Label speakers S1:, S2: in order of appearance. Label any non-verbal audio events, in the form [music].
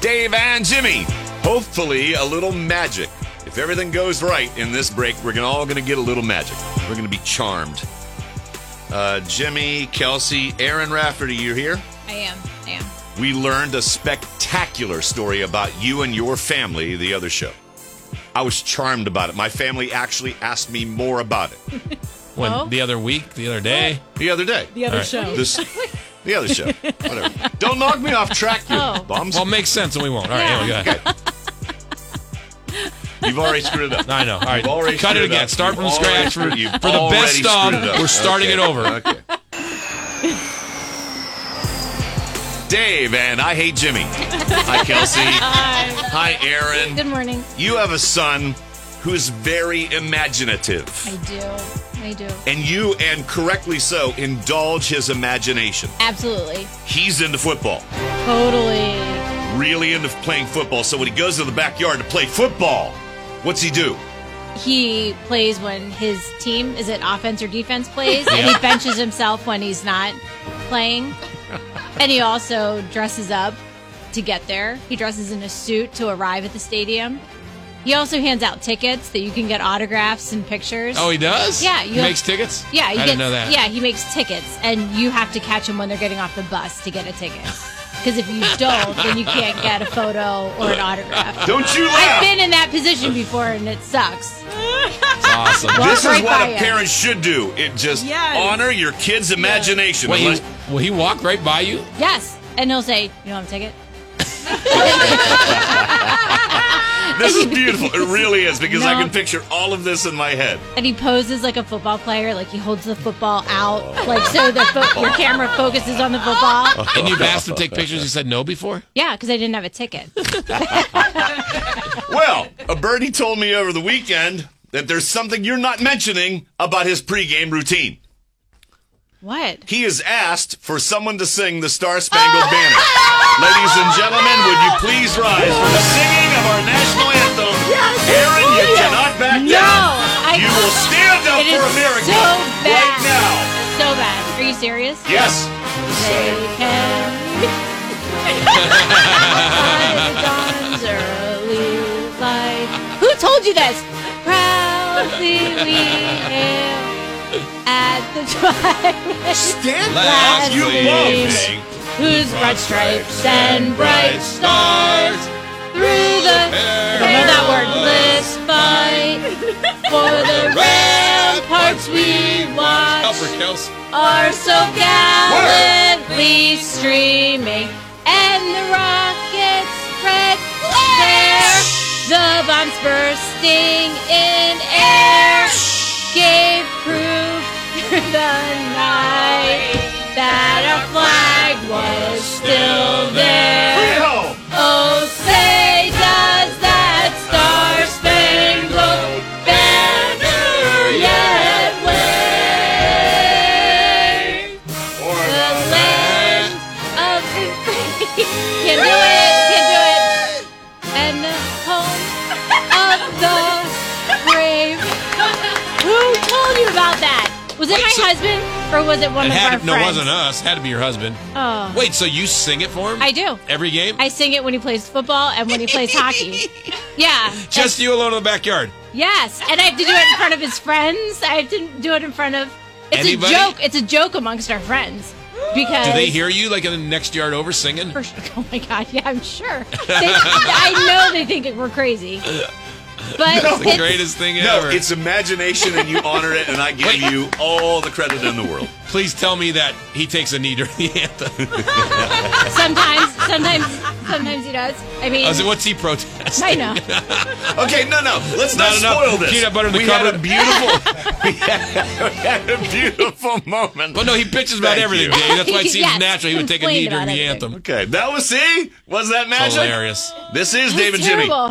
S1: Dave and Jimmy. Hopefully, a little magic. If everything goes right in this break, we're gonna, all going to get a little magic. We're going to be charmed. Uh, Jimmy, Kelsey, Aaron Rafferty, you here?
S2: I am. I am.
S1: We learned a spectacular story about you and your family the other show. I was charmed about it. My family actually asked me more about it
S3: When
S2: Oh.
S3: the other week, the other day.
S1: the other day.
S4: The other
S3: All right.
S4: show.
S1: This, the other show. Whatever. Don't knock me off track, you
S4: Oh.
S1: bums.
S3: Well, it makes sense and we won't. All right, here we go.
S1: You've already screwed it up.
S3: I know. All right,
S1: You've already
S3: cut it
S1: screwed
S3: again.
S1: up.
S3: Start
S1: You've
S3: from
S1: already
S3: scratch for,
S1: screwed- you've
S3: for the
S1: already
S3: best of.
S1: screwed it up.
S3: We're starting
S1: Okay.
S3: it over.
S1: Okay. Dave and I hate Jimmy. Hi, Kelsey.
S2: [laughs]
S1: Hi,
S2: Good
S1: Aaron.
S2: morning.
S1: You have a son who's very
S2: I
S1: imaginative,
S2: do. I do.
S1: and you, and correctly so, indulge his imagination.
S2: Absolutely.
S1: He's into football,
S2: Totally.
S1: really into playing football. So when he goes to the backyard to play football, what's he do?
S2: He plays when his team is it offense or defense plays, and he benches himself when he's not playing. And he also dresses up to get there. He dresses in a suit to arrive at the stadium. He also hands out tickets that you can get autographs and pictures.
S3: Oh, he does?
S2: Yeah,
S3: He
S2: you have-
S3: makes tickets?
S2: yeah,
S3: I
S2: you
S3: didn't know that.
S2: Yeah, he makes tickets, and you have to catch him when they're getting off the bus to get a ticket. Because if you
S3: [laughs]
S2: don't, then you can't get a photo or an
S1: [laughs]
S2: autograph.
S1: Don't you laugh?
S2: I've been in that position before, and it sucks.
S3: It's awesome.
S1: This is
S2: right
S1: what
S2: by
S1: a
S2: you.
S1: parent should do. It just
S4: Yes.
S1: honor your kid's imagination.
S3: Wait,
S1: Unless-
S3: he, will he walk right by you?
S2: Yes, and he'll say, "You don't have a ticket."
S1: this is beautiful. It really is because I
S2: [laughs] No.
S1: can picture all of this in my head.
S2: And he poses like a football player, like he holds the football
S3: Oh.
S2: out, like so the fo-
S3: [laughs]
S2: your camera focuses on the football.
S3: And you've asked him to take pictures. He said no before?
S2: Yeah, because I didn't have a ticket.
S1: Well, a birdie told me over the weekend that there's something you're not mentioning about his pregame routine.
S2: What?
S1: He has asked for someone to sing the Star
S2: [laughs]
S1: Spangled Banner. Ladies and gentlemen, would you please rise for the singing of our national anthem? Aaron, you cannot back
S2: Oh, No,
S1: down.
S2: I-
S1: you will stand up
S2: It is
S1: for America
S2: so
S1: right
S2: bad.
S1: now.
S2: So bad. Are you serious?
S1: Yes.
S2: They can dawn's early light. Who told you this? Proudly we hail at the time
S1: Stand up,
S2: Last
S1: you
S2: week.
S1: bums.
S2: whose broad stripes and bright stars through the I know that word. Let's fight for the ramparts we watch
S3: Kelsey.
S2: are so gallantly streaming, and the rockets spread their the bombs bursting in air gave proof [laughs] through the night that our flag was still there.
S1: Freehold.
S2: Oh, say does that star spangled banner yet wave? um,
S1: Or
S2: The land [laughs] of the free can do it, can do it, and the home of the brave. Who told you about that? Was it
S3: Wait,
S2: my
S3: so-
S2: husband or was it one
S3: It
S2: of
S3: had,
S2: our
S3: no, it
S2: friends?
S3: wasn't us. Had to be your husband.
S2: Oh.
S3: Wait, so you sing it for him?
S2: I do.
S3: Every game?
S2: I sing it when he plays football and when he plays
S3: [laughs]
S2: hockey. Yeah.
S3: Just you alone in the backyard.
S2: Yes, and I have to do it in front of his friends. I have to do it in front of. It's
S3: Anybody?
S2: a joke. It's a joke amongst our friends because.
S3: [gasps] Do they hear you like in the next yard over singing?
S2: [laughs] For sure- Oh my god! Yeah, I'm sure. They, I know they think we're crazy,
S3: [laughs]
S2: but
S3: That's the
S2: it's-
S3: greatest thing
S1: No,
S3: ever.
S1: it's imagination, and you honor it, and I give you all the credit in the world.
S3: Please tell me that he takes a knee during the anthem.
S2: sometimes, sometimes Sometimes he does. I mean,
S3: I was like, what's he
S2: [laughs]
S3: protesting?
S2: I
S3: [laughs]
S2: know.
S1: Okay, no, no. Let's not
S3: Not enough
S1: spoil this.
S3: peanut butter in the
S1: we had a
S3: cupboard. [laughs]
S1: beautiful, [laughs] we, had, we had a beautiful moment.
S3: But no, he bitches about
S1: Thank
S3: everything,
S1: you.
S3: Dave.
S2: [laughs]
S3: That's why it seems
S2: Yes,
S3: natural he would take a knee
S2: complained
S3: during
S2: about
S3: the
S2: everything.
S3: anthem.
S1: Okay, that was see. Was that magic?
S3: Hilarious.
S1: This is
S2: It's
S1: David Jimmy.
S2: terrible.